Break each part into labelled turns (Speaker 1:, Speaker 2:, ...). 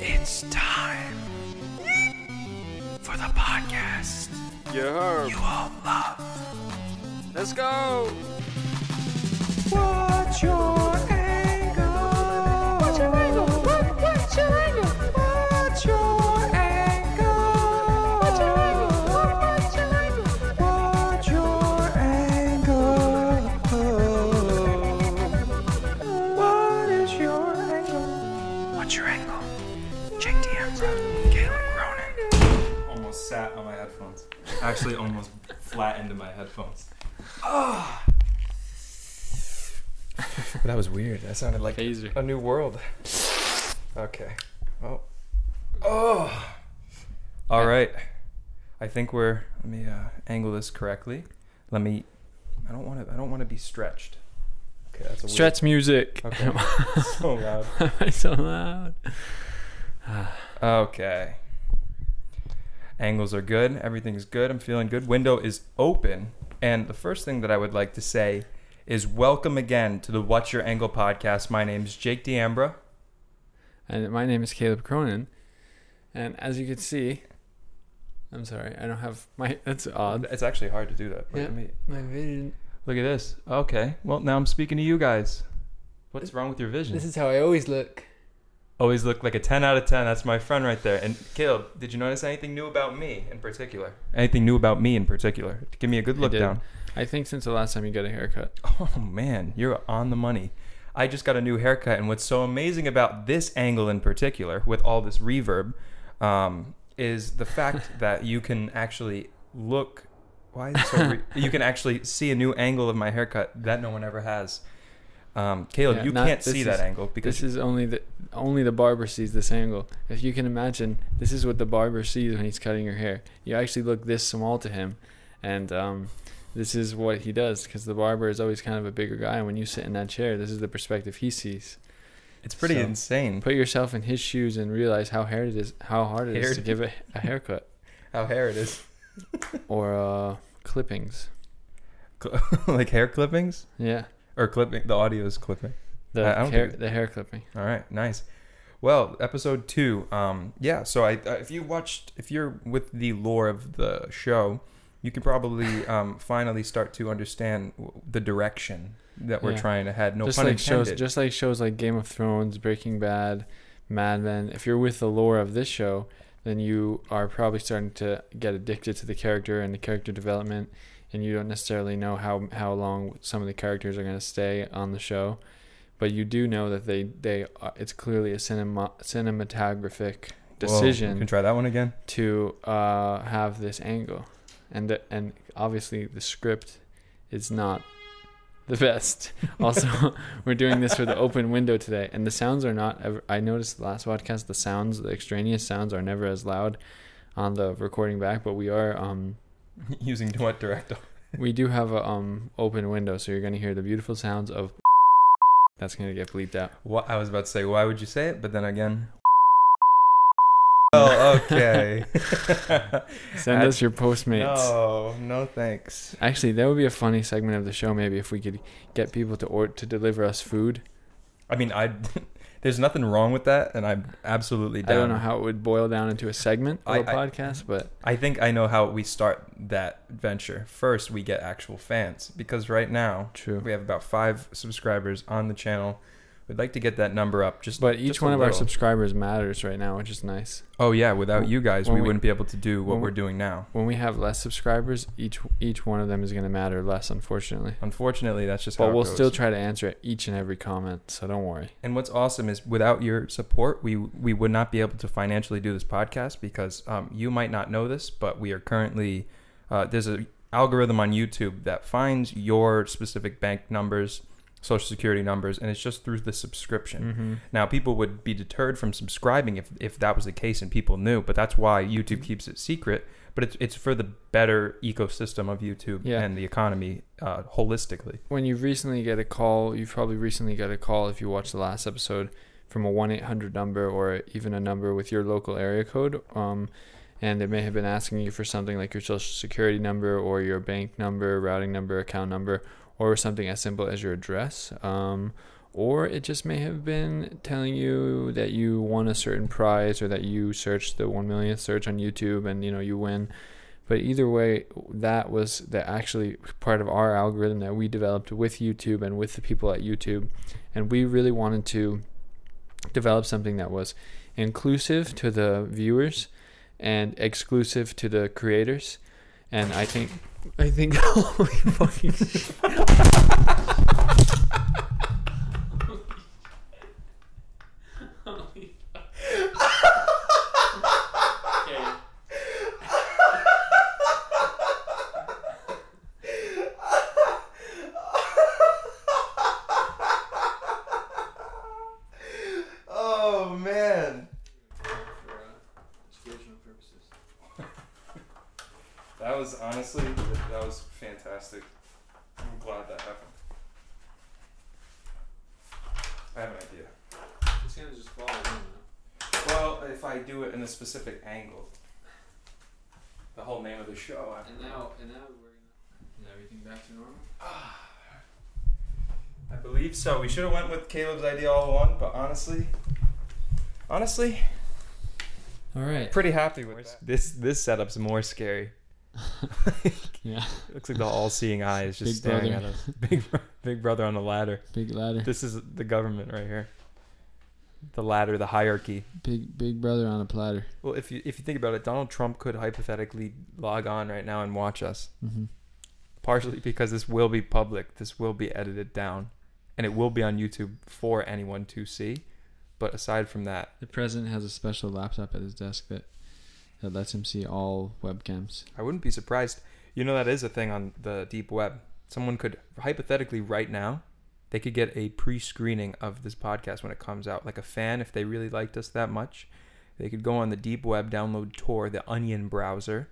Speaker 1: It's time for the podcast
Speaker 2: You heard.
Speaker 1: you all love.
Speaker 2: Let's go.
Speaker 1: What's your angle? What's your angle? what's your angle? What's your angle? What's your angle? what's your angle? What's your angle? What is your angle? What's your angle? Jake D'Ambra, Caleb Cronin.
Speaker 3: almost sat on my headphones. Actually, almost flat into my headphones.
Speaker 4: That was weird. That sounded like a new world. Okay. Well. Oh. All right. I think we're. Let me uh, angle this correctly. Let me. I don't want to. I don't want to be stretched. Okay, that's a
Speaker 5: Stretch music.
Speaker 4: Weird, okay. so loud.
Speaker 5: Why am I so loud?
Speaker 4: Okay. Angles are good. Everything's good. I'm feeling good. Window is open. And the first thing that I would like to say is welcome again to the What's Your Angle podcast. My name is Jake D'Ambra.
Speaker 5: And my name is Caleb Cronin, and as you can see, I'm sorry, I don't have my. That's odd.
Speaker 4: It's actually hard to do that. but
Speaker 5: Yeah.
Speaker 4: let me-
Speaker 5: My vision.
Speaker 4: Look at this. Okay. Well, now I'm speaking to you guys. What's wrong with your vision?
Speaker 5: is how I always look.
Speaker 4: Always look like a 10 out of 10. That's my friend right there. And Caleb, did you notice anything new about me in particular? Anything new about me in particular? Give me a good
Speaker 5: I
Speaker 4: look
Speaker 5: did.
Speaker 4: down.
Speaker 5: I think since the last time you got a haircut,
Speaker 4: Oh man, you're on the money. I just got a new haircut, and what's so amazing about this angle in particular, with all this reverb, um, is the fact that you can actually look. Why is it so? Re- you can actually see a new angle of my haircut that no one ever has. Um, Caleb,
Speaker 5: Yeah,
Speaker 4: you
Speaker 5: not-
Speaker 4: can't
Speaker 5: this
Speaker 4: see
Speaker 5: is-
Speaker 4: that angle because
Speaker 5: this is only the only the barber sees this angle. If you can imagine, this is what the barber sees when he's cutting your hair. You actually look this small to him, and um, this is what he does because the barber is always kind of a bigger guy. And when you sit in that chair, this is the perspective he sees.
Speaker 4: it's pretty
Speaker 5: so-
Speaker 4: insane
Speaker 5: Put yourself in his shoes and realize how hard it is, how hard it is
Speaker 4: Hair-
Speaker 5: to give a, a haircut
Speaker 4: how hair it is,
Speaker 5: or uh, clippings.
Speaker 4: Cl- like hair clippings
Speaker 5: Yeah,
Speaker 4: or clipping. The audio is clipping.
Speaker 5: the
Speaker 4: I- I don't
Speaker 5: hair,
Speaker 4: think-
Speaker 5: the hair clipping.
Speaker 4: All right, nice. Well, episode two. Um, yeah. So I, uh, if you watched, if you're with the lore of the show, you can probably um, finally start to understand w- the direction that we're
Speaker 5: Yeah.
Speaker 4: trying to head. No
Speaker 5: just
Speaker 4: pun
Speaker 5: like
Speaker 4: intended.
Speaker 5: shows, just like shows like Game of Thrones, Breaking Bad, Mad Men. If you're with the lore of this show, then you are probably starting to get addicted to the character and the character development, and you don't necessarily know how how long some of the characters are going to stay on the show, but you do know that they they are, it's clearly a cinema cinematographic
Speaker 4: Whoa,
Speaker 5: decision
Speaker 4: you can try that one again.
Speaker 5: to uh, have this angle, and and obviously the script is not the best. Also, we're doing this with the open window today, and the sounds are not. Ever, I noticed the last podcast, the sounds, the extraneous sounds, are never as loud on the recording back, but we are. Um,
Speaker 4: Using what direct?
Speaker 5: we do have a um open window, so you're gonna hear the beautiful sounds of. That's gonna get bleeped out.
Speaker 4: What I was about to say. Why would you say it? But then again. Oh, okay.
Speaker 5: Send
Speaker 4: I-
Speaker 5: us your Postmates.
Speaker 4: No, no, thanks.
Speaker 5: Actually, that would be a funny segment of the show. Maybe if we could get people to or to deliver us food.
Speaker 4: I mean, I. There's nothing wrong with that, and I'm absolutely
Speaker 5: I
Speaker 4: down.
Speaker 5: don't know how it would boil down into a segment
Speaker 4: Um, I-
Speaker 5: of a
Speaker 4: I-
Speaker 5: podcast, but
Speaker 4: I think I know how we start that venture. First, we get actual fans because right now
Speaker 5: true.
Speaker 4: we have about five subscribers on the channel. We'd like to get that number up. Just
Speaker 5: But each
Speaker 4: just a
Speaker 5: one of our
Speaker 4: little.
Speaker 5: subscribers matters right now, which is nice.
Speaker 4: oh yeah, without you guys,
Speaker 5: When
Speaker 4: we,
Speaker 5: we-
Speaker 4: wouldn't be able to do what
Speaker 5: when
Speaker 4: we're
Speaker 5: we-
Speaker 4: doing now.
Speaker 5: When we have less subscribers, each each one of them is going to matter less, unfortunately.
Speaker 4: Unfortunately, that's just. how
Speaker 5: But
Speaker 4: it
Speaker 5: we'll
Speaker 4: goes.
Speaker 5: still try to answer each and every comment, so don't worry.
Speaker 4: And what's awesome is without your support, we we would not be able to financially do this podcast because um, you might not know this, but we are currently uh, there's a algorithm on YouTube that finds your specific bank numbers, social security numbers, and it's just through the subscription.
Speaker 5: Mm-hmm.
Speaker 4: Now, people would be deterred from subscribing if, if that was the case and people knew, but that's why YouTube keeps it secret. But it's, it's for the better ecosystem of YouTube
Speaker 5: Yeah.
Speaker 4: and the economy uh, holistically.
Speaker 5: When you recently get a call, you probably recently got a call if you watched the last episode from a 1 800 number or even a number with your local area code. Um, and they may have been asking you for something like your social security number or your bank number, routing number, account number, or something as simple as your address. Um, or it just may have been telling you that you won a certain prize or that you searched the one millionth search on YouTube and you know you win. But either way, that was the actually part of our algorithm that we developed with YouTube and with the people at YouTube, and we really wanted to develop something that was inclusive to the viewers and exclusive to the creators. And I think, I think, holy fucking
Speaker 4: Oh man. That was honestly that- that was fantastic. I'm glad that happened. I have an idea.
Speaker 5: It's gonna just fall.
Speaker 4: Well, if I do it in a specific angle, the whole name of the show. I-
Speaker 5: And now, and now we're gonna. Is everything back to normal?
Speaker 4: I believe so. We should have went with Caleb's idea all along, but honestly, honestly,
Speaker 5: All right.
Speaker 4: pretty happy with that. this. This setup's more scary.
Speaker 5: Yeah.
Speaker 4: Looks like the all-seeing eye is just
Speaker 5: Big
Speaker 4: staring
Speaker 5: brother.
Speaker 4: at us. Big, bro- big brother on the ladder.
Speaker 5: Big ladder.
Speaker 4: This is the government right here. The ladder, the hierarchy.
Speaker 5: Big big brother on a platter.
Speaker 4: Well, if you if you think about it, Donald Trump could hypothetically log on right now and watch us.
Speaker 5: Mm-hmm.
Speaker 4: Partially because this will be public. This will be edited down, and it will be on YouTube for anyone to see. But aside from that,
Speaker 5: The president has a special laptop at his desk that that lets him see all webcams.
Speaker 4: I wouldn't be surprised. You know that is a thing on the deep web. Someone could hypothetically right now, they could get a pre-screening of this podcast when it comes out. Like a fan, if they really liked us that much, they could go on the deep web, download Tor, the Onion browser,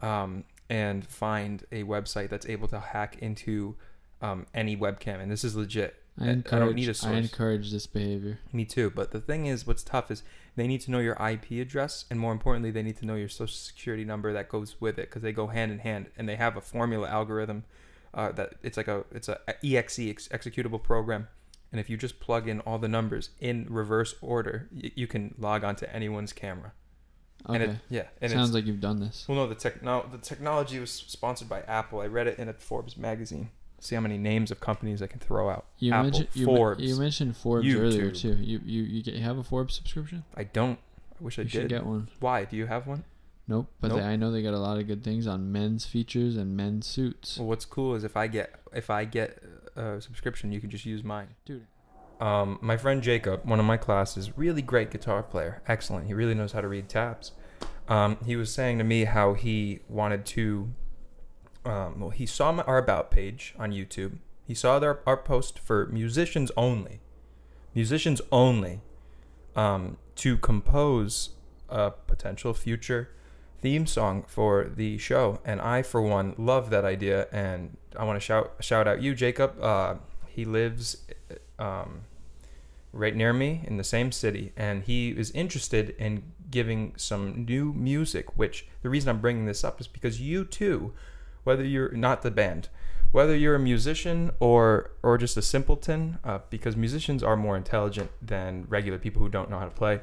Speaker 4: um, and find a website that's able to hack into um, any webcam. And this is legit. I- I
Speaker 5: I
Speaker 4: don't
Speaker 5: encourage.
Speaker 4: need a
Speaker 5: I
Speaker 4: source.
Speaker 5: encourage this behavior.
Speaker 4: Me too. But the thing is, what's tough is they need to know your IP address, and more importantly, they need to know your social security number that goes with it because they go hand in hand, and they have a formula algorithm uh, that it's like a it's a exe ex- executable program. And if you just plug in all the numbers in reverse order, y- you can log onto anyone's camera.
Speaker 5: Okay.
Speaker 4: And it, yeah, and
Speaker 5: Sounds
Speaker 4: it's,
Speaker 5: like you've done this.
Speaker 4: well, no, the techno- the technology was sponsored by Apple. I read it in a Forbes magazine. See how many names of companies I can throw out.
Speaker 5: You
Speaker 4: Apple,
Speaker 5: mentioned you, men-
Speaker 4: Forbes.
Speaker 5: you mentioned Forbes earlier
Speaker 4: YouTube.
Speaker 5: too. You you you, get, you have a Forbes subscription?
Speaker 4: I don't. I wish I
Speaker 5: you
Speaker 4: did.
Speaker 5: should get one.
Speaker 4: Why? Do you have one?
Speaker 5: Nope. But
Speaker 4: Nope.
Speaker 5: They, I know they got a lot of good things on men's features and men's suits.
Speaker 4: Well, what's cool is if I get if I get uh, a subscription, you can just use mine.
Speaker 5: Dude.
Speaker 4: Um, my friend Jacob, one of my classes, really great guitar player, excellent. He really knows how to read tabs. Um, he was saying to me how he wanted to. Um, well, he saw my, our about page on YouTube. He saw their, our post for musicians only, musicians only, um, to compose a potential future theme song for the show, and I, for one, love that idea. And I want to shout shout out you, Jacob. Uh, he lives um, right near me in the same city, and he is interested in giving some new music. Which the reason I'm bringing this up is because you too, whether you're not the band, whether you're a musician or or just a simpleton, uh, because musicians are more intelligent than regular people who don't know how to play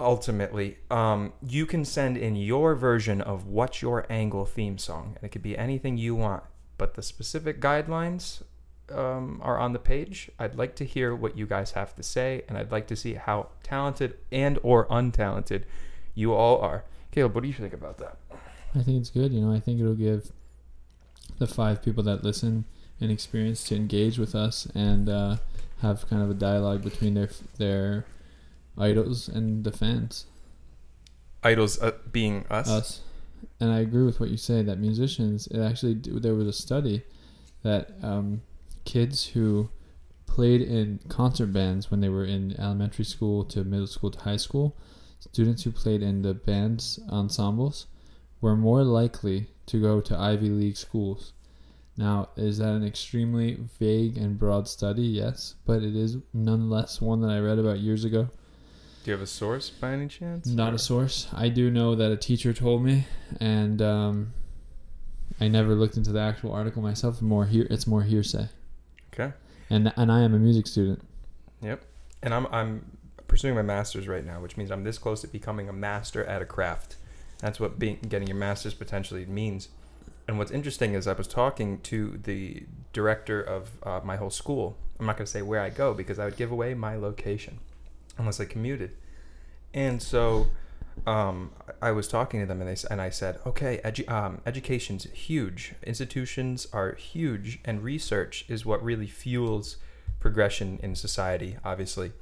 Speaker 4: ultimately um, you can send in your version of what's your angle theme song and it could be anything you want but the specific guidelines um, are on the page i'd like to hear what you guys have to say and i'd like to see how talented and or untalented you all are caleb what do you think about that
Speaker 5: I think it's good. You know, I think it'll give the five people that listen an experience to engage with us and uh, have kind of a dialogue between their their idols and the fans,
Speaker 4: idols uh, being us,
Speaker 5: us. And I agree with what you say that musicians. It actually there was a study that um, kids who played in concert bands when they were in elementary school to middle school to high school, students who played in the band's ensembles were more likely to go to Ivy League schools. Now, is that an extremely vague and broad study? Yes, but it is nonetheless one that I read about years ago.
Speaker 4: do you have a source by any chance
Speaker 5: Not a source. I do know that a teacher told me, and um, I never looked into the actual article myself. More here, it's more hearsay.
Speaker 4: okay
Speaker 5: And and I am a music student.
Speaker 4: and I'm I'm pursuing my master's right now, which means I'm this close to becoming a master at a craft. That's what being getting your master's potentially means. And what's interesting is I was talking to the director of uh, my whole school. I'm not going to say where I go because I would give away my location unless I commuted. And so um, I I was talking to them and they s- and I said, okay, edu- um, education's huge. Institutions are huge, and research is what really fuels progression in society. Obviously,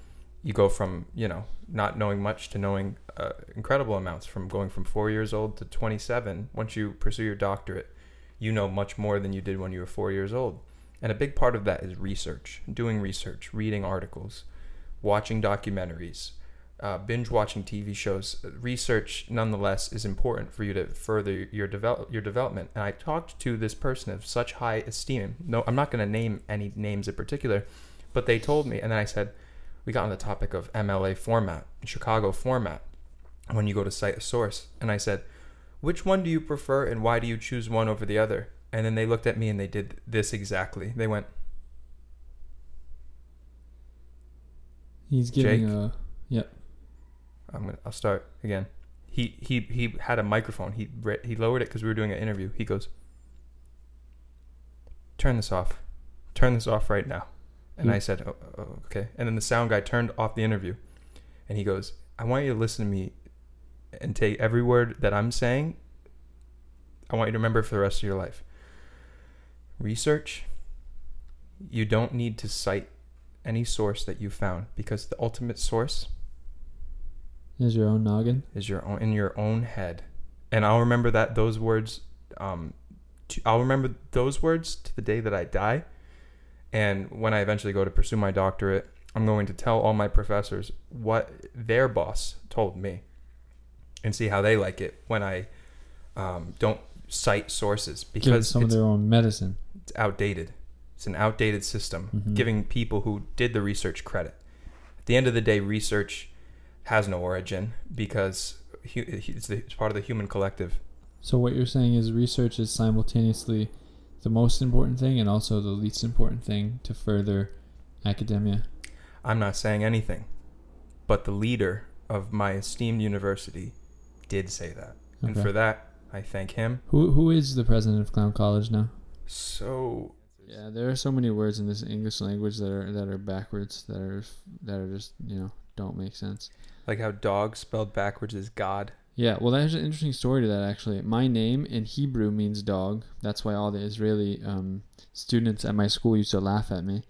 Speaker 4: you go from you know not knowing much to knowing uh, incredible amounts. From going from four years old to twenty seven, once you pursue your doctorate, you know much more than you did when you were four years old. And a big part of that is research, doing research, reading articles, watching documentaries, uh, binge watching TV shows, research nonetheless is important for you to further your develop your development. And I talked to this person of such high esteem. No, I'm not going to name any names in particular, but they told me, and then I said, we got on the topic of MLA format, Chicago format, when you go to cite a source, and I said, which one do you prefer, and why do you choose one over the other? And then they looked at me and they did this exactly. They went,
Speaker 5: He's
Speaker 4: giving
Speaker 5: giving
Speaker 4: Jake?
Speaker 5: a.
Speaker 4: I'm gonna. I'll start again. He he he had a microphone. He re- he lowered it because we were doing an interview. He goes, "Turn this off. Turn this off right now." And I said, oh, oh, "Okay." And then the sound guy turned off the interview, and he goes, "I want you to listen to me, and take every word that I'm saying. I want you to remember for the rest of your life. Research. You don't need to cite any source that you found because the ultimate source."
Speaker 5: Is your own noggin?
Speaker 4: is your own in your own head and i'll remember that those words um to, i'll remember those words to the day that i die and when i eventually go to pursue my doctorate i'm going to tell all my professors what their boss told me and see how they like it when i um, don't cite sources
Speaker 5: Give them
Speaker 4: because
Speaker 5: some of
Speaker 4: it's
Speaker 5: their own medicine.
Speaker 4: it's outdated. It's an outdated system,
Speaker 5: Mhm.
Speaker 4: giving people who did the research credit. At the end of the day, research has no origin because hu- it's, the, it's part of the human collective.
Speaker 5: So what you're saying is research is simultaneously the most important thing and also the least important thing to further academia.
Speaker 4: I'm not saying anything, but the leader of my esteemed university did say that. And
Speaker 5: Okay.
Speaker 4: for that, I thank him.
Speaker 5: Who who is the president of Clown College now?
Speaker 4: So,
Speaker 5: Yeah, there are so many words in this English language that are that are backwards that are that are just you know don't make sense.
Speaker 4: like how dog spelled backwards is God.
Speaker 5: Yeah, well, there's an interesting story to that actually. My name in Hebrew means dog. That's why all the Israeli um, students at my school used to laugh at me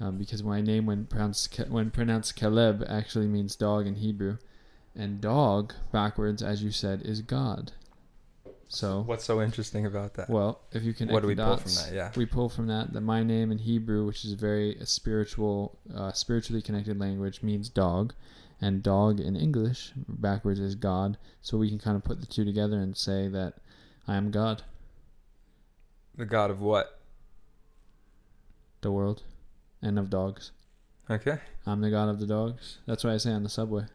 Speaker 5: um, because my name, when pronounced Ke- when pronounced Caleb, actually means dog in Hebrew, and dog backwards, as you said, is God. So
Speaker 4: What's so interesting about that?
Speaker 5: well, if you connect
Speaker 4: What do
Speaker 5: the
Speaker 4: we pull from
Speaker 5: dots,
Speaker 4: that? Yeah.
Speaker 5: we pull from that that my name in Hebrew, which is very spiritual, uh, spiritually connected language, means dog, and dog in English backwards is God. So we can kind of put the two together and say that I am God,
Speaker 4: The God of what?
Speaker 5: the world, and of dogs.
Speaker 4: Okay.
Speaker 5: I'm the God of the dogs. That's what I say on the subway.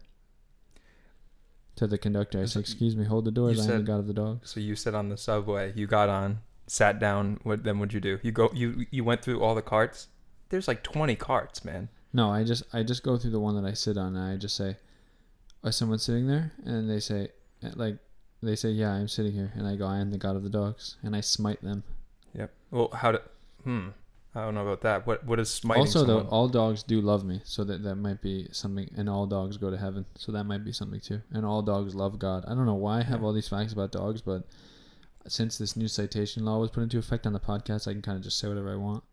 Speaker 5: To the conductor, I
Speaker 4: Is
Speaker 5: say,
Speaker 4: it-
Speaker 5: "Excuse me, hold the doors.
Speaker 4: you
Speaker 5: I am
Speaker 4: said-
Speaker 5: the God of the dogs."
Speaker 4: So you sit on the subway. You got on, sat down. What then? Would you do? You go. You you went through all the carts. There's like 20 carts, man.
Speaker 5: No, I just I just go through the one that I sit on, and I just say, "Is someone sitting there?" And they say, like, they say, "Yeah, I'm sitting here." And I go, "I am the god of the dogs," and I smite them.
Speaker 4: Yep. Well, how do? Hmm. I don't know about that. What what is smiting
Speaker 5: also,
Speaker 4: someone?
Speaker 5: though, all dogs do love me, so that that might be something. And all dogs go to heaven, so that might be something too. And all dogs love God. I don't know why I have all these facts about dogs, but since this new citation law was put into effect on the podcast, I can kind of just say whatever I want.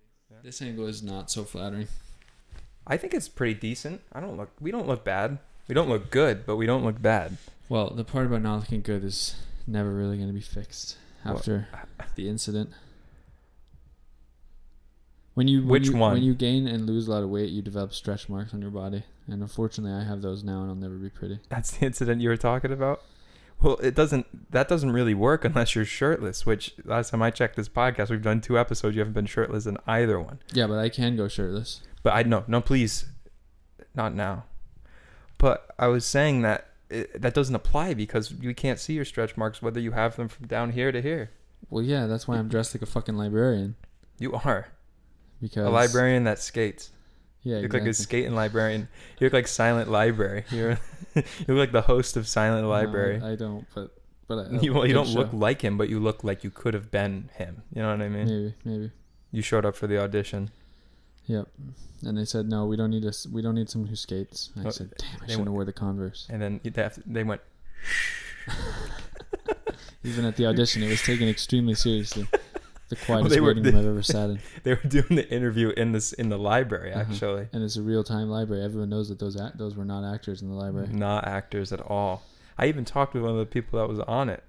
Speaker 5: This angle is not so flattering.
Speaker 4: I think it's pretty decent. I don't look. We don't look bad. We don't look good, but we don't look bad.
Speaker 5: Well, the part about not looking good is never really going to be fixed
Speaker 4: Well-
Speaker 5: after the incident. When you when
Speaker 4: Which
Speaker 5: you-
Speaker 4: one?
Speaker 5: When you gain and lose a lot of weight, you develop stretch marks on your body, and unfortunately, I have those now, and I'll never be pretty.
Speaker 4: That's the incident you were talking about. Well, it doesn't. That doesn't really work unless you're shirtless. Which last time I checked this podcast, we've done two episodes. You haven't been shirtless in either one.
Speaker 5: Yeah, but I can go shirtless.
Speaker 4: But I no, no, please, not now. But I was saying that it, that doesn't apply because you can't see your stretch marks whether you have them from down here to here.
Speaker 5: Well, yeah, that's why I'm dressed like a fucking librarian
Speaker 4: You are
Speaker 5: because
Speaker 4: a librarian that skates.
Speaker 5: Yeah,
Speaker 4: You look like a
Speaker 5: exactly.
Speaker 4: skating librarian. You look like Silent Library. You're, you look like the host of Silent
Speaker 5: No, I-
Speaker 4: Library.
Speaker 5: I don't, but but I,
Speaker 4: you, well, you
Speaker 5: good
Speaker 4: don't
Speaker 5: show.
Speaker 4: look like him, but you look like you could have been him. You know what I mean?
Speaker 5: maybe maybe.
Speaker 4: You showed up for the audition.
Speaker 5: Yep. And they said no, we don't need us. We don't need someone who skates. I
Speaker 4: Oh,
Speaker 5: said, damn, I
Speaker 4: they
Speaker 5: shouldn't
Speaker 4: wa-
Speaker 5: have wore the Converse.
Speaker 4: And then you- they have- they went,
Speaker 5: Even at the audition, it was taken extremely seriously. The quietest
Speaker 4: they were-
Speaker 5: waiting room I've ever sat in,
Speaker 4: they were doing the interview in this in the library
Speaker 5: Uh-huh.
Speaker 4: actually,
Speaker 5: and it's a real-time library. Everyone knows that those act- those were not actors in the library.
Speaker 4: not actors at all. I even talked with one of the people that was on it.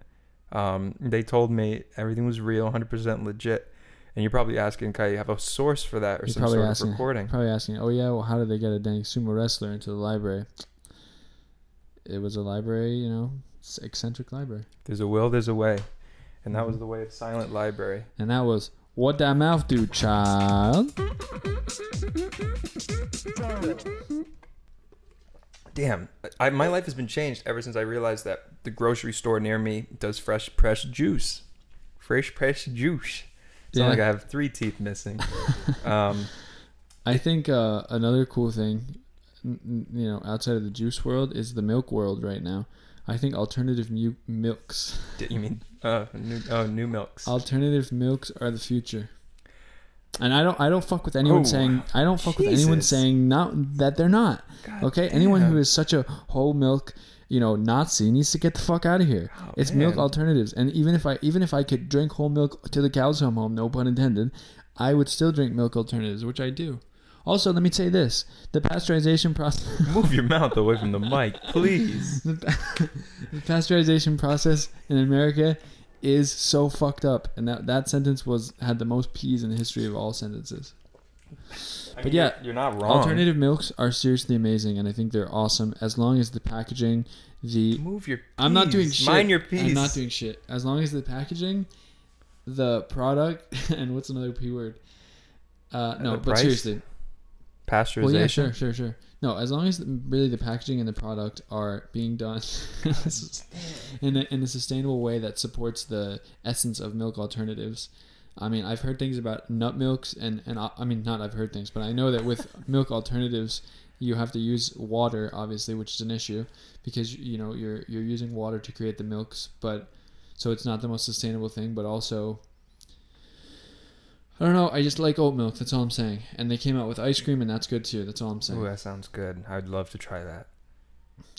Speaker 4: Um, they told me everything was real, 100% legit. And you're probably asking, "Kai, you have a source for that or
Speaker 5: You're
Speaker 4: some
Speaker 5: probably
Speaker 4: sort
Speaker 5: asking-
Speaker 4: of recording?"
Speaker 5: Probably asking, oh yeah, well, how did they get a dang sumo wrestler into the library? It was a library, you know, s- eccentric library,
Speaker 4: There's a will, there's a way, and that was
Speaker 5: Mm-hmm.
Speaker 4: the way of Silent Library.
Speaker 5: and that was what that mouth do, child.
Speaker 4: Damn, I, my life has been changed ever since I realized that the grocery store near me does fresh pressed juice. Fresh pressed juice. It's
Speaker 5: Yeah.
Speaker 4: not like I have three teeth missing. um,
Speaker 5: I think uh, another cool thing, n- n- you know, outside of the juice world is the milk world right now. I think alternative mu- milks,
Speaker 4: d- you mean uh, new, oh new milks?
Speaker 5: alternative milks are the future. And I don't, I don't fuck with anyone
Speaker 4: Oh,
Speaker 5: saying, I don't fuck with anyone
Speaker 4: Jesus.
Speaker 5: saying not that they're not.
Speaker 4: God
Speaker 5: Okay, anyone who
Speaker 4: damn.
Speaker 5: is such a whole milk, you know, Nazi needs to get the fuck out of here.
Speaker 4: Oh,
Speaker 5: it's milk
Speaker 4: man.
Speaker 5: alternatives, and even if I even if I could drink whole milk till the cows come home, no pun intended, I would still drink milk alternatives, which I do. Also, let me say this: the pasteurization process,
Speaker 4: move your mouth away from the mic, please.
Speaker 5: the, pa- the pasteurization process in America is so fucked up, and that that sentence was had the most p's in the history of all sentences.
Speaker 4: I
Speaker 5: But yeah,
Speaker 4: you're, you're not wrong.
Speaker 5: Alternative milks are seriously amazing, and I think they're awesome as long as the packaging, the
Speaker 4: Move your.
Speaker 5: I'm not doing
Speaker 4: peas.
Speaker 5: shit.
Speaker 4: Mind your peace.
Speaker 5: I'm not doing shit. As long as the packaging, the product, and what's another p word? Uh, no,
Speaker 4: the
Speaker 5: but
Speaker 4: price?
Speaker 5: seriously.
Speaker 4: pasteurization.
Speaker 5: Well, yeah, sure, sure, sure. No, as long as the, really the packaging and the product are being done in a, in a sustainable way that supports the essence of milk alternatives. I mean, I've heard things about nut milks, and and I I mean, not I've heard things, but I know that with milk alternatives, you have to use water, obviously, which is an issue because you know you're you're using water to create the milks, but so it's not the most sustainable thing, but also. I don't know. I just like oat milk. That's all I'm saying. And they came out with ice cream, and that's good too. That's all I'm saying.
Speaker 4: Ooh, that sounds good. I'd love to try that.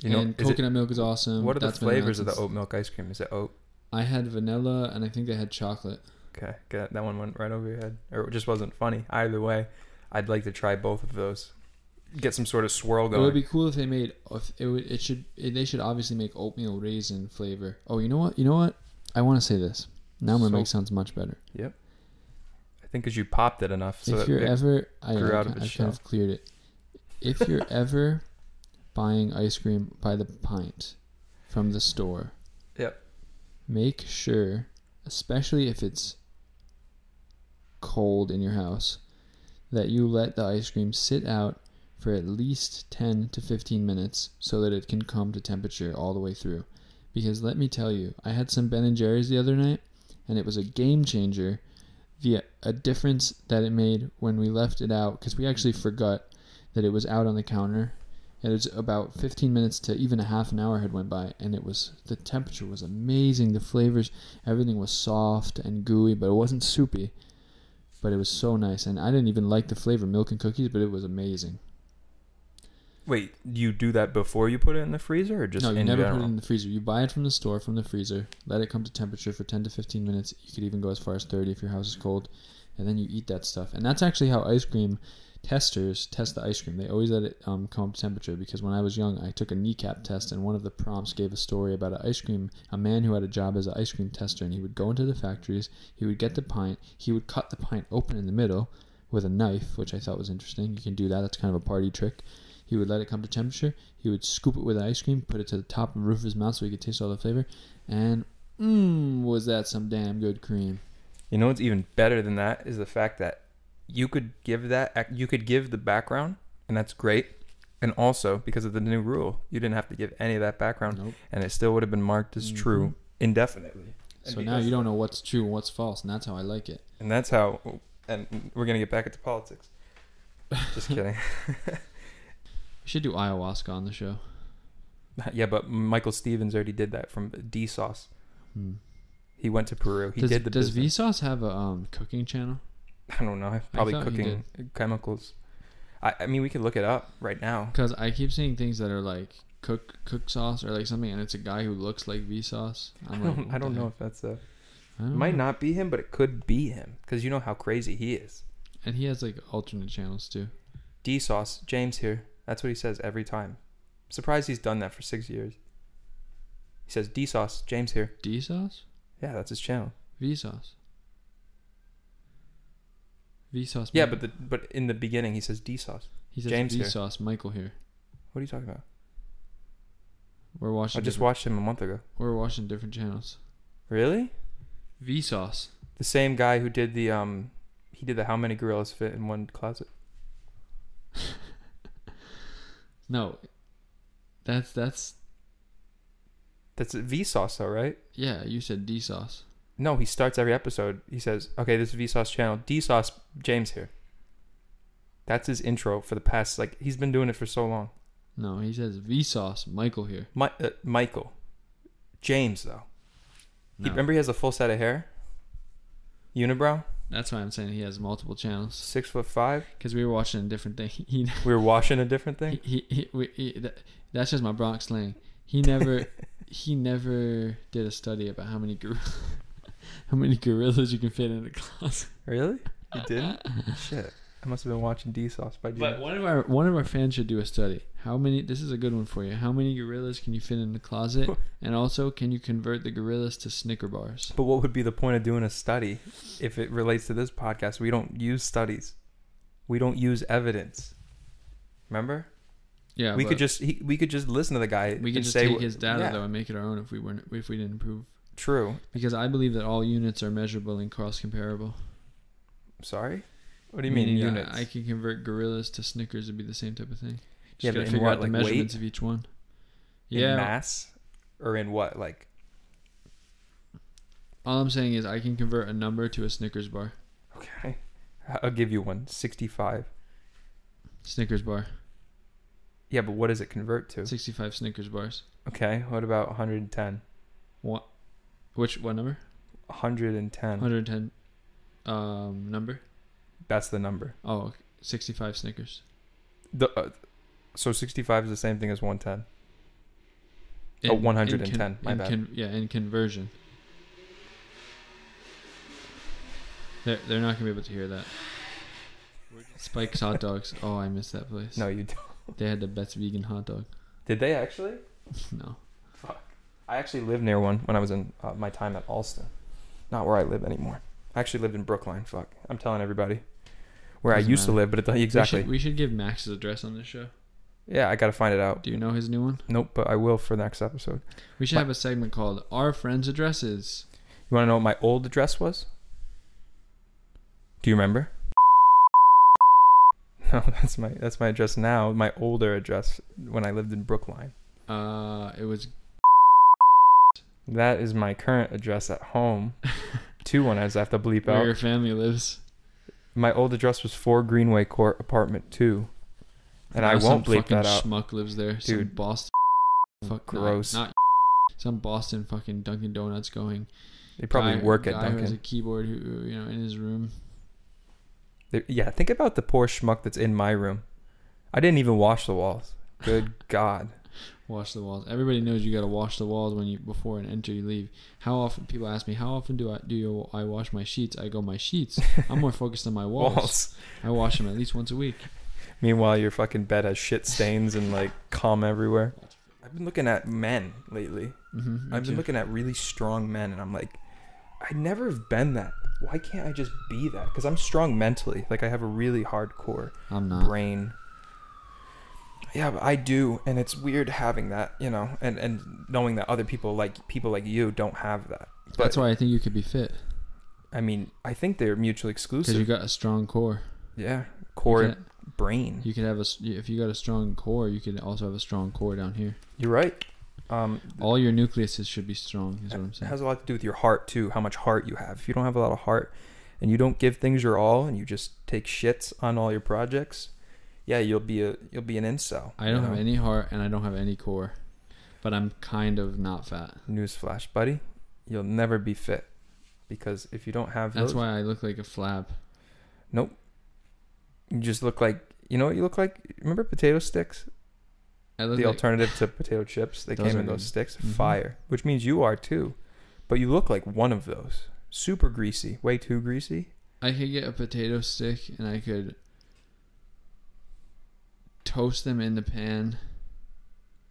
Speaker 4: You know,
Speaker 5: and
Speaker 4: is it-
Speaker 5: coconut milk is awesome.
Speaker 4: what are the
Speaker 5: That's been around
Speaker 4: flavors of the
Speaker 5: since-
Speaker 4: oat milk ice cream? Is it oat?
Speaker 5: I had vanilla, and I think they had chocolate.
Speaker 4: Okay, good. That one went right over your head, or it just wasn't funny. Either way, I'd like to try both of those. Get some sort of swirl
Speaker 5: It
Speaker 4: going.
Speaker 5: would be cool if they made. If it would. It should. It, they should obviously make oatmeal raisin flavor. Oh, you know what? You know what? I want to say this. Now my
Speaker 4: So-
Speaker 5: mic sounds much better.
Speaker 4: I think because you popped it enough, so
Speaker 5: if
Speaker 4: that
Speaker 5: you're
Speaker 4: it-
Speaker 5: ever, I, I,
Speaker 4: grew out of
Speaker 5: ki-
Speaker 4: its
Speaker 5: I've kind of cleared it. If you're ever buying ice cream by the pint from the store,
Speaker 4: Yep.
Speaker 5: make sure, especially if it's cold in your house, that you let the ice cream sit out for at least 10 to 15 minutes so that it can come to temperature all the way through. Because let me tell you, I had some Ben and Jerry's the other night, and it was a game changer the a difference that it made when we left it out because we actually forgot that it was out on the counter and it was about 15 minutes to even a half an hour had went by and it was the temperature was amazing the flavors everything was soft and gooey but it wasn't soupy but it was so nice and i didn't even like the flavor milk and cookies but it was amazing
Speaker 4: wait, you do that before you put it in the freezer, or just
Speaker 5: no you
Speaker 4: in
Speaker 5: never
Speaker 4: general?
Speaker 5: put it in the freezer you buy it from the store from the freezer let it come to temperature for 10 to 15 minutes you could even go as far as 30 if your house is cold and then you eat that stuff and that's actually how ice cream testers test the ice cream they always let it um, come up to temperature because when i was young i took a kneecap test and one of the prompts gave a story about an ice cream a man who had a job as an ice cream tester and he would go into the factories he would get the pint he would cut the pint open in the middle with a knife which i thought was interesting you can do that that's kind of a party trick he would let it come to temperature. He would scoop it with ice cream, put it to the top and roof of his mouth so he could taste all the flavor. And mmm, was that some damn good cream?
Speaker 4: You know what's even better than that is the fact that you could give that you could give the background, and that's great. And also because of the new rule, you didn't have to give any of that background,
Speaker 5: Nope.
Speaker 4: and it still would have been marked as true indefinitely.
Speaker 5: Mm-hmm. So now you don't know what's true and what's false, and that's how I like it.
Speaker 4: And that's how. And we're gonna get back into politics. Just kidding.
Speaker 5: We should do ayahuasca on the show.
Speaker 4: yeah, but Michael Stevens already did that from Vsauce.
Speaker 5: Hmm.
Speaker 4: He went to Peru. He
Speaker 5: does
Speaker 4: did the
Speaker 5: does
Speaker 4: business.
Speaker 5: Vsauce have a um, cooking channel?
Speaker 4: I don't know. Probably
Speaker 5: thought he
Speaker 4: cooking chemicals. I, I mean, we could look it up right now.
Speaker 5: Because I keep seeing things that are like cook cook sauce or like something, and it's a guy who looks like Vsauce.
Speaker 4: I
Speaker 5: I'm like,
Speaker 4: don't,
Speaker 5: what
Speaker 4: I
Speaker 5: the
Speaker 4: don't know
Speaker 5: heck?
Speaker 4: if that's a.
Speaker 5: I don't
Speaker 4: Might
Speaker 5: know.
Speaker 4: not be him, but it could be him because you know how crazy he is.
Speaker 5: And he has like alternate channels too.
Speaker 4: Vsauce, James here. That's what he says every time. Surprised he's done that for six years. He says Vsauce, James here.
Speaker 5: D sauce,
Speaker 4: Yeah, that's his channel.
Speaker 5: Vsauce, Vsauce.
Speaker 4: Yeah,
Speaker 5: Mi-
Speaker 4: but the but in the beginning he says Vsauce.
Speaker 5: he says
Speaker 4: James here.
Speaker 5: Vsauce Michael here.
Speaker 4: What are you talking about?
Speaker 5: We're watching.
Speaker 4: I just
Speaker 5: different-
Speaker 4: watched him a month ago.
Speaker 5: We're watching different channels.
Speaker 4: Really?
Speaker 5: Vsauce.
Speaker 4: The same guy who did the um, he did the how many gorillas fit in one closet.
Speaker 5: No, that's that's
Speaker 4: That's Vsauce though, right?
Speaker 5: yeah. You said D sauce.
Speaker 4: No, he starts every episode. He says, "Okay, this is Vsauce channel. Dsauce James here." That's his intro for the past like he's been doing it for so long.
Speaker 5: No, he says Vsauce Michael here.
Speaker 4: My, uh, Michael, James though. He,
Speaker 5: No.
Speaker 4: remember he has a full set of hair. Unibrow,
Speaker 5: That's why I'm saying he has multiple channels.
Speaker 4: six foot five.
Speaker 5: Because we were watching a different thing. He,
Speaker 4: We were watching a different thing.
Speaker 5: he, he, he, we- he- that, that's just my Bronx slang. He never, he never did a study about how many gor- how many gorillas you can fit in a closet.
Speaker 4: Really? He didn't? Shit. I must have been watching Dsauce by
Speaker 5: But
Speaker 4: James.
Speaker 5: one of our one of our fans should do a study. How many? This is a good one for you. How many gorillas can you fit in the closet? and also, can you convert the gorillas to Snicker bars?
Speaker 4: But what would be the point of doing a study if it relates to this podcast? We don't use studies. We don't use evidence. Remember?
Speaker 5: Yeah,
Speaker 4: we
Speaker 5: but
Speaker 4: could just he, we could just listen to the guy.
Speaker 5: we
Speaker 4: and
Speaker 5: could just
Speaker 4: say
Speaker 5: take
Speaker 4: what-
Speaker 5: his data
Speaker 4: yeah,
Speaker 5: though and make it our own if we weren't if we didn't prove
Speaker 4: True.
Speaker 5: because I believe that all units are measurable and cross comparable.
Speaker 4: Sorry. What do you mean
Speaker 5: Meaning, uh,
Speaker 4: units?
Speaker 5: I can convert gorillas to Snickers would be the same type of thing. Just
Speaker 4: Yeah, but
Speaker 5: gotta
Speaker 4: in
Speaker 5: figure
Speaker 4: what,
Speaker 5: out the
Speaker 4: like,
Speaker 5: measurements
Speaker 4: weight?
Speaker 5: of each one.
Speaker 4: in
Speaker 5: Yeah,
Speaker 4: mass or in what? Like
Speaker 5: all I'm saying is I can convert a number to a Snickers bar.
Speaker 4: okay, I'll give you one. Sixty-five.
Speaker 5: Snickers bar,
Speaker 4: Yeah, but what does it convert to?
Speaker 5: 65 Snickers bars.
Speaker 4: Okay, what about 110?
Speaker 5: What? Which what number?
Speaker 4: 110.
Speaker 5: 110 um number?
Speaker 4: That's the number.
Speaker 5: Oh, okay. 65 Snickers.
Speaker 4: The uh, so 65 is the same thing as 110. Oh,
Speaker 5: In- in
Speaker 4: 110, my
Speaker 5: in
Speaker 4: bad.
Speaker 5: yeah, in conversion. They're, they're not going to be able to hear that. Spike's hot dogs. Oh, I missed that place.
Speaker 4: No, you don't.
Speaker 5: They had the best vegan hot dog.
Speaker 4: Did they actually?
Speaker 5: No.
Speaker 4: I actually lived near one when I was in uh, my time at Alston. Not where I live anymore. I actually lived in Brookline. Fuck. I'm telling everybody. Where
Speaker 5: Doesn't
Speaker 4: I used to
Speaker 5: matter.
Speaker 4: live, but it, exactly.
Speaker 5: We should, we should give Max's address on this show.
Speaker 4: yeah, I got to find it out.
Speaker 5: Do you know his new one?
Speaker 4: Nope, but I will for the next episode.
Speaker 5: We should
Speaker 4: My-
Speaker 5: have a segment called Our Friends' Addresses.
Speaker 4: You want to know what my old address was? Do you remember? No, that's my that's my address now. My older address when I lived in Brookline.
Speaker 5: Uh, it was
Speaker 4: That is my current address at home. Two one as I have to bleep
Speaker 5: where your
Speaker 4: out.
Speaker 5: family lives.
Speaker 4: My old address was four Greenway Court, apartment two, and I
Speaker 5: Now
Speaker 4: won't
Speaker 5: some
Speaker 4: bleep
Speaker 5: fucking
Speaker 4: that out.
Speaker 5: Schmuck lives there. some
Speaker 4: Dude.
Speaker 5: Boston. Fuck, not-
Speaker 4: Gross.
Speaker 5: Not, some Boston fucking Dunkin' Donuts going.
Speaker 4: they probably
Speaker 5: guy-
Speaker 4: work at
Speaker 5: guy Who has a
Speaker 4: Dunkin'.
Speaker 5: keyboard who you know in his room.
Speaker 4: They- Yeah, think about the poor schmuck that's in my room. I didn't even wash the walls. Good God.
Speaker 5: Wash the walls. Everybody knows you gotta wash the walls when you before and enter you leave. How often people ask me how often do I do you, I wash my sheets? I go my sheets. I'm more focused on my walls.
Speaker 4: Walls.
Speaker 5: I wash them at least once a week.
Speaker 4: Meanwhile, your fucking bed has shit stains and like cum everywhere. I've been looking at men lately.
Speaker 5: Mm-hmm,
Speaker 4: I've been looking at really strong men, and I'm like, I never have been that. Why can't I just be that? Because I'm strong mentally. Like I have a really hardcore
Speaker 5: I'm not.
Speaker 4: brain. Yeah, but I do, and it's weird having that, you know, and and knowing that other people like people like you don't have that. But
Speaker 5: That's why I think you could be fit
Speaker 4: I mean, I think they're mutually
Speaker 5: because
Speaker 4: exclusive.
Speaker 5: you got a strong core.
Speaker 4: yeah,
Speaker 5: You
Speaker 4: core
Speaker 5: could,
Speaker 4: brain.
Speaker 5: you could have a s- if you got a strong core, you could also have a strong core down here.
Speaker 4: You're right. Um,
Speaker 5: All your nucleuses should be strong. Is what I'm
Speaker 4: It
Speaker 5: saying.
Speaker 4: has a lot to do with your heart too, how much heart you have. If you don't have a lot of heart and you don't give things your all and you just take shits on all your projects, yeah, you'll be a you'll be an incel.
Speaker 5: I
Speaker 4: you
Speaker 5: don't
Speaker 4: know?
Speaker 5: have any heart and I don't have any core, but I'm kind of not fat.
Speaker 4: Newsflash, buddy, you'll never be fit because if you don't have
Speaker 5: That's
Speaker 4: those,
Speaker 5: why I look like a flab.
Speaker 4: you just look like you know what you look like. Remember potato sticks?
Speaker 5: I look
Speaker 4: The
Speaker 5: like
Speaker 4: alternative to potato chips. They
Speaker 5: Those
Speaker 4: came
Speaker 5: are
Speaker 4: in those
Speaker 5: good.
Speaker 4: sticks,
Speaker 5: Mhm.
Speaker 4: fire, which means you are too, but you look like one of those. Super greasy, way too greasy.
Speaker 5: I could get a potato stick and I could toast them in the pan.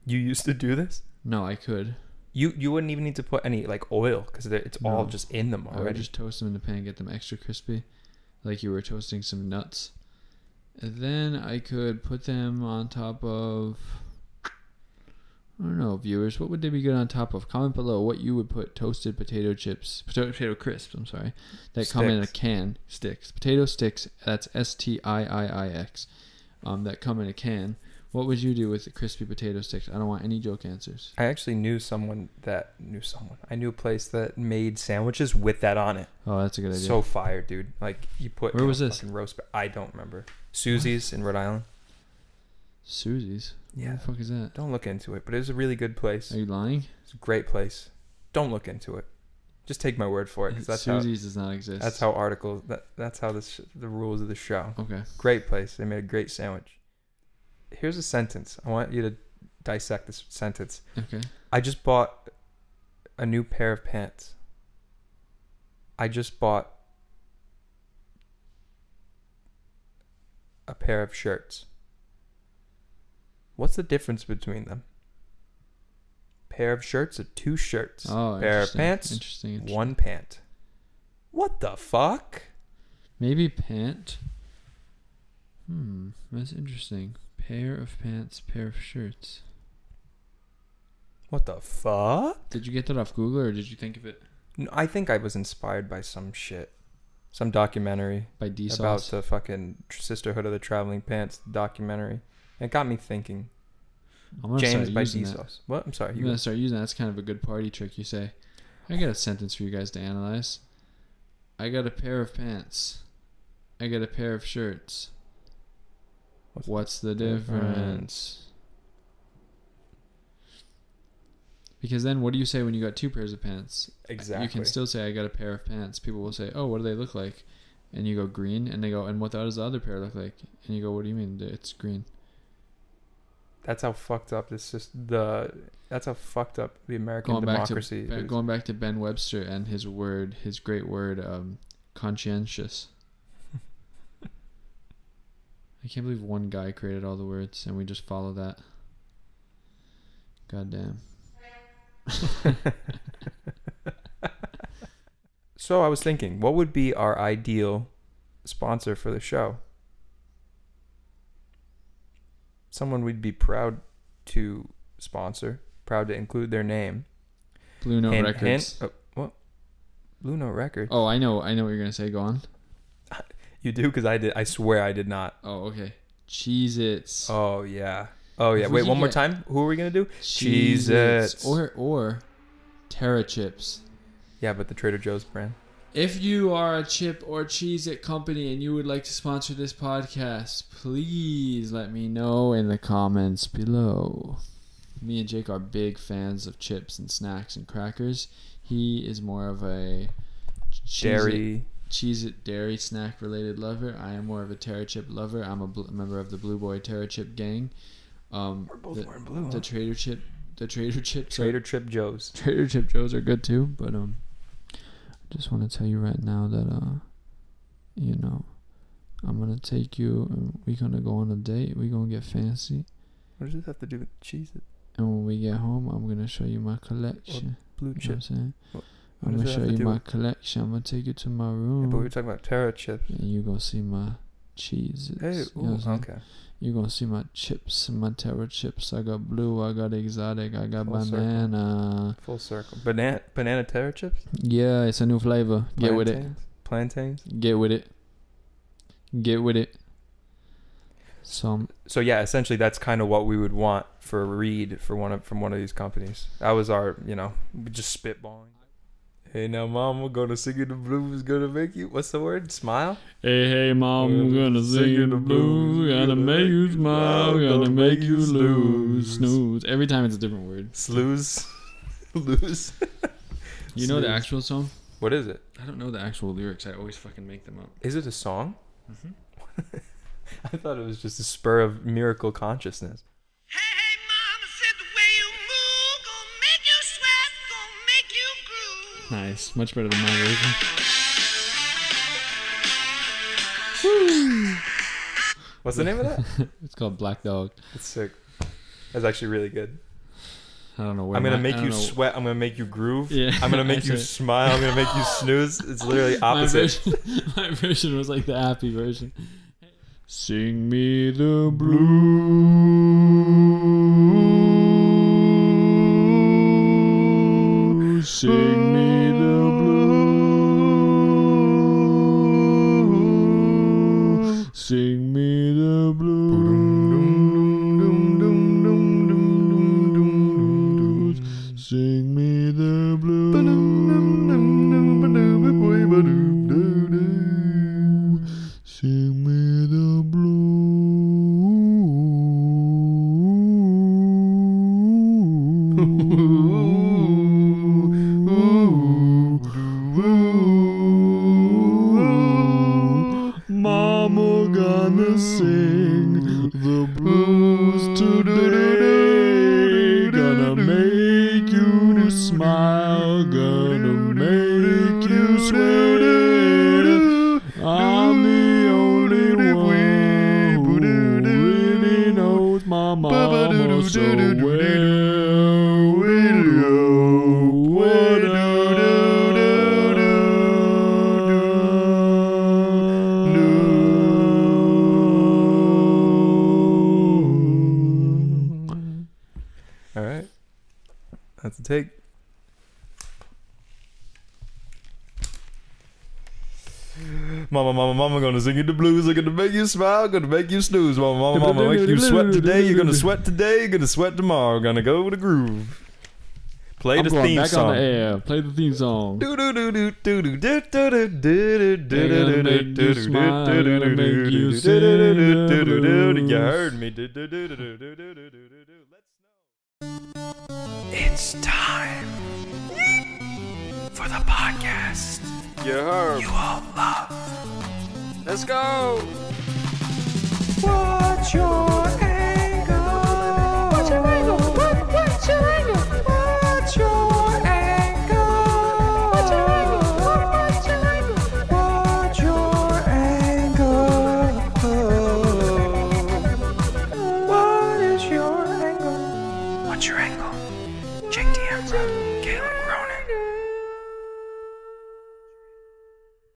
Speaker 4: You used to do this.
Speaker 5: No, I could.
Speaker 4: You you wouldn't even need to put any like oil because it's all
Speaker 5: No.
Speaker 4: just in them
Speaker 5: I would
Speaker 4: already.
Speaker 5: just toast them in the pan and get them extra crispy, like you were toasting some nuts. And then I could put them on top of. I don't know, viewers. What would they be good on top of? Comment below what you would put toasted potato chips, potato, potato crisps. I'm sorry, that come in a
Speaker 4: Sticks.
Speaker 5: can. Sticks, potato sticks. That's S T I I I X. Um, that come in a can. What would you do with the crispy potato sticks? I don't want any joke answers.
Speaker 4: I actually knew someone that knew someone. I knew a place that made sandwiches with that on it.
Speaker 5: Oh, that's a good idea.
Speaker 4: So fire, dude! Like you put.
Speaker 5: Where
Speaker 4: in a
Speaker 5: was this?
Speaker 4: fucking Roast. ba- I don't remember. Susie's in Rhode Island.
Speaker 5: Susie's.
Speaker 4: Yeah.
Speaker 5: What the fuck is that?
Speaker 4: Don't look into it, but it was a really good place.
Speaker 5: Are you lying?
Speaker 4: It's a great place. Don't look into it. Just take my word for it, because that's how
Speaker 5: Susie's does not exist.
Speaker 4: that's how articles that that's how this the rules of the show.
Speaker 5: Okay.
Speaker 4: Great place. They made a great sandwich. Here's a sentence. I want you to dissect this sentence.
Speaker 5: Okay.
Speaker 4: I just bought a new pair of pants. I just bought a pair of shirts. What's the difference between them? Pair of shirts are two shirts.
Speaker 5: Oh,
Speaker 4: pair of
Speaker 5: interesting,
Speaker 4: pants,
Speaker 5: Interesting. interesting.
Speaker 4: one pant. What the fuck?
Speaker 5: Maybe pant. Hmm. That's interesting. Pair of pants. Pair of shirts.
Speaker 4: What the fuck?
Speaker 5: Did you get that off Google or did you think of it
Speaker 4: No, I think I was inspired by some shit. Some documentary.
Speaker 5: by D
Speaker 4: about
Speaker 5: sauce?
Speaker 4: the fucking Sisterhood of the Traveling Pants documentary. It got me thinking.
Speaker 5: I'm gonna
Speaker 4: James
Speaker 5: start
Speaker 4: by
Speaker 5: using that.
Speaker 4: Jesus. What? I'm sorry.
Speaker 5: I'm
Speaker 4: You,
Speaker 5: gonna start using that. That's kind of a good party trick. You say, "I got a sentence for you guys to analyze. I got a pair of pants. I got a pair of shirts.
Speaker 4: What's
Speaker 5: What's the
Speaker 4: difference?"
Speaker 5: difference?" Because then, what do you say when you got two pairs of pants?
Speaker 4: exactly.
Speaker 5: You can still say, "I got a pair of pants." People will say, "Oh, what do they look like?" And you go green, and they go, "And what does the other pair look like?" And you go, "What do you mean it's green?"
Speaker 4: that's how fucked up this is. The that's how fucked up the American
Speaker 5: going back to
Speaker 4: democracy
Speaker 5: ba-
Speaker 4: is.
Speaker 5: going back to Ben Webster and his word, his great word, um, conscientious. I can't believe one guy created all the words and we just follow that. God damn.
Speaker 4: so I was thinking, what would be our ideal sponsor for the show? Someone we'd be proud to sponsor, proud to include their name.
Speaker 5: Blue Note
Speaker 4: Hint,
Speaker 5: Records.
Speaker 4: hint. Oh, what? Blue Note Record.
Speaker 5: Oh, I know, I know what you're gonna say. Go on.
Speaker 4: You do because I did. I swear I did not.
Speaker 5: Oh, okay. Cheese Its.
Speaker 4: Oh yeah. Oh yeah.
Speaker 5: If we
Speaker 4: Wait,
Speaker 5: could
Speaker 4: one more
Speaker 5: get-
Speaker 4: time. Who are we gonna do?
Speaker 5: Cheese
Speaker 4: Cheez-Its.
Speaker 5: Or or Terra chips.
Speaker 4: Yeah, but the Trader Joe's brand.
Speaker 5: If you are a chip or cheese it company and you would like to sponsor this podcast, please let me know in the comments below. Me and Jake are big fans of chips and snacks and crackers. He is more of a cheese
Speaker 4: Dairy.
Speaker 5: cheese it dairy snack related lover. I am more of a Terra chip lover. I'm a bl- member of the Blue Boy Terra chip gang. Um,
Speaker 4: We're both
Speaker 5: the,
Speaker 4: wearing blue.
Speaker 5: the Trader chip, the Trader chips are
Speaker 4: Trader Trip Joe's.
Speaker 5: Trader Chip Joe's are good too, but um, I just want to tell you right now that uh, you know, I'm gonna take you. and We're gonna go on a date. We're gonna get fancy,
Speaker 4: What does this have to do with cheese?
Speaker 5: and when we get home, I'm gonna show you my collection.
Speaker 4: Blue
Speaker 5: You know what I'm
Speaker 4: chips.
Speaker 5: saying?
Speaker 4: What- what
Speaker 5: I'm
Speaker 4: does
Speaker 5: gonna
Speaker 4: that have
Speaker 5: show
Speaker 4: to
Speaker 5: you
Speaker 4: do
Speaker 5: my
Speaker 4: with-
Speaker 5: collection. I'm gonna take you to my
Speaker 4: Yeah,
Speaker 5: room,
Speaker 4: but we were talking about Terra chips.
Speaker 5: and you gonna see my cheese.
Speaker 4: Hey,
Speaker 5: you know
Speaker 4: ooh,
Speaker 5: what I'm saying?
Speaker 4: okay.
Speaker 5: You're gonna see my chips, my terra chips. I got blue, I got exotic, I got
Speaker 4: Full circle.
Speaker 5: banana.
Speaker 4: Full circle. Banana banana Terra chips.
Speaker 5: Yeah, it's a new flavor. Get with it.
Speaker 4: Plantains? Plantains.
Speaker 5: Get with it. Get with it. Some
Speaker 4: So yeah, essentially that's kind of what we would want for a read for one of from one of these companies. That was our, you know, just spitballing. Hey now, mom, we're gonna sing you the blues. Gonna make you what's the word? Smile.
Speaker 5: Hey, hey, mom, I'm gonna sing you the blues. Gonna make you smile. Gonna make you lose. Snooze. Every time it's a different word.
Speaker 4: Slews. Lose.
Speaker 5: You know the
Speaker 4: Snooze.
Speaker 5: actual song?
Speaker 4: What is it?
Speaker 5: I don't know the actual lyrics. I always fucking make them up.
Speaker 4: Is it a song?
Speaker 5: Mm-hmm.
Speaker 4: I thought it was just a spur of miracle consciousness.
Speaker 6: Hey, hey, mama said the way you move gonna make you sweat,
Speaker 5: Nice. Much better
Speaker 6: gonna make you groove.
Speaker 5: than my version.
Speaker 4: What's the name of that?
Speaker 5: It's called Black Dog.
Speaker 4: It's sick. That's actually really good.
Speaker 5: I don't know where
Speaker 4: I'm gonna
Speaker 5: my-
Speaker 4: make
Speaker 5: I
Speaker 4: you
Speaker 5: don't know-
Speaker 4: sweat. I'm gonna make you groove.
Speaker 5: Yeah,
Speaker 4: I'm gonna make
Speaker 5: I
Speaker 4: you
Speaker 5: said-
Speaker 4: smile. I'm gonna make you snooze. It's literally opposite.
Speaker 5: My version, my version was like the happy version. Sing me the blues. Sing me the blues. Sing me the blues. Sing me the blues. Sing me the blues. Mama gonna sing the blues today. Gonna make you smile, gonna make you sweat. I'm the only one who really knows my mama so well. What I know.
Speaker 4: All right, that's a take. Mama, mama, mama, gonna sing you the blues. I'm gonna make you smile. Gonna make you snooze. Mama, mama, mama, make you sweat today. You're gonna sweat today. You're gonna sweat tomorrow. Gonna go with the groove. Play
Speaker 5: I'm
Speaker 4: the
Speaker 5: going
Speaker 4: theme
Speaker 5: back
Speaker 4: song.
Speaker 5: on the air. Play the theme song.
Speaker 4: Do do do do do do do do do do do
Speaker 5: They're
Speaker 4: do
Speaker 5: gonna
Speaker 4: do
Speaker 5: make
Speaker 4: do
Speaker 5: you
Speaker 4: do
Speaker 5: smile, they're gonna
Speaker 4: do do
Speaker 5: make you
Speaker 4: do do
Speaker 5: sing
Speaker 4: do do
Speaker 5: the
Speaker 4: do do do.
Speaker 5: blues.
Speaker 4: You heard me. Do do do do do do do do do do. Let's
Speaker 2: It's time for the podcast. You heard. You all love. Let's go.
Speaker 6: What's your angle? What's your angle? What, what's your angle? What's your angle? What's your angle? What, what's your angle? What's your angle? What is your angle? What's your angle? Jake D'Ambro.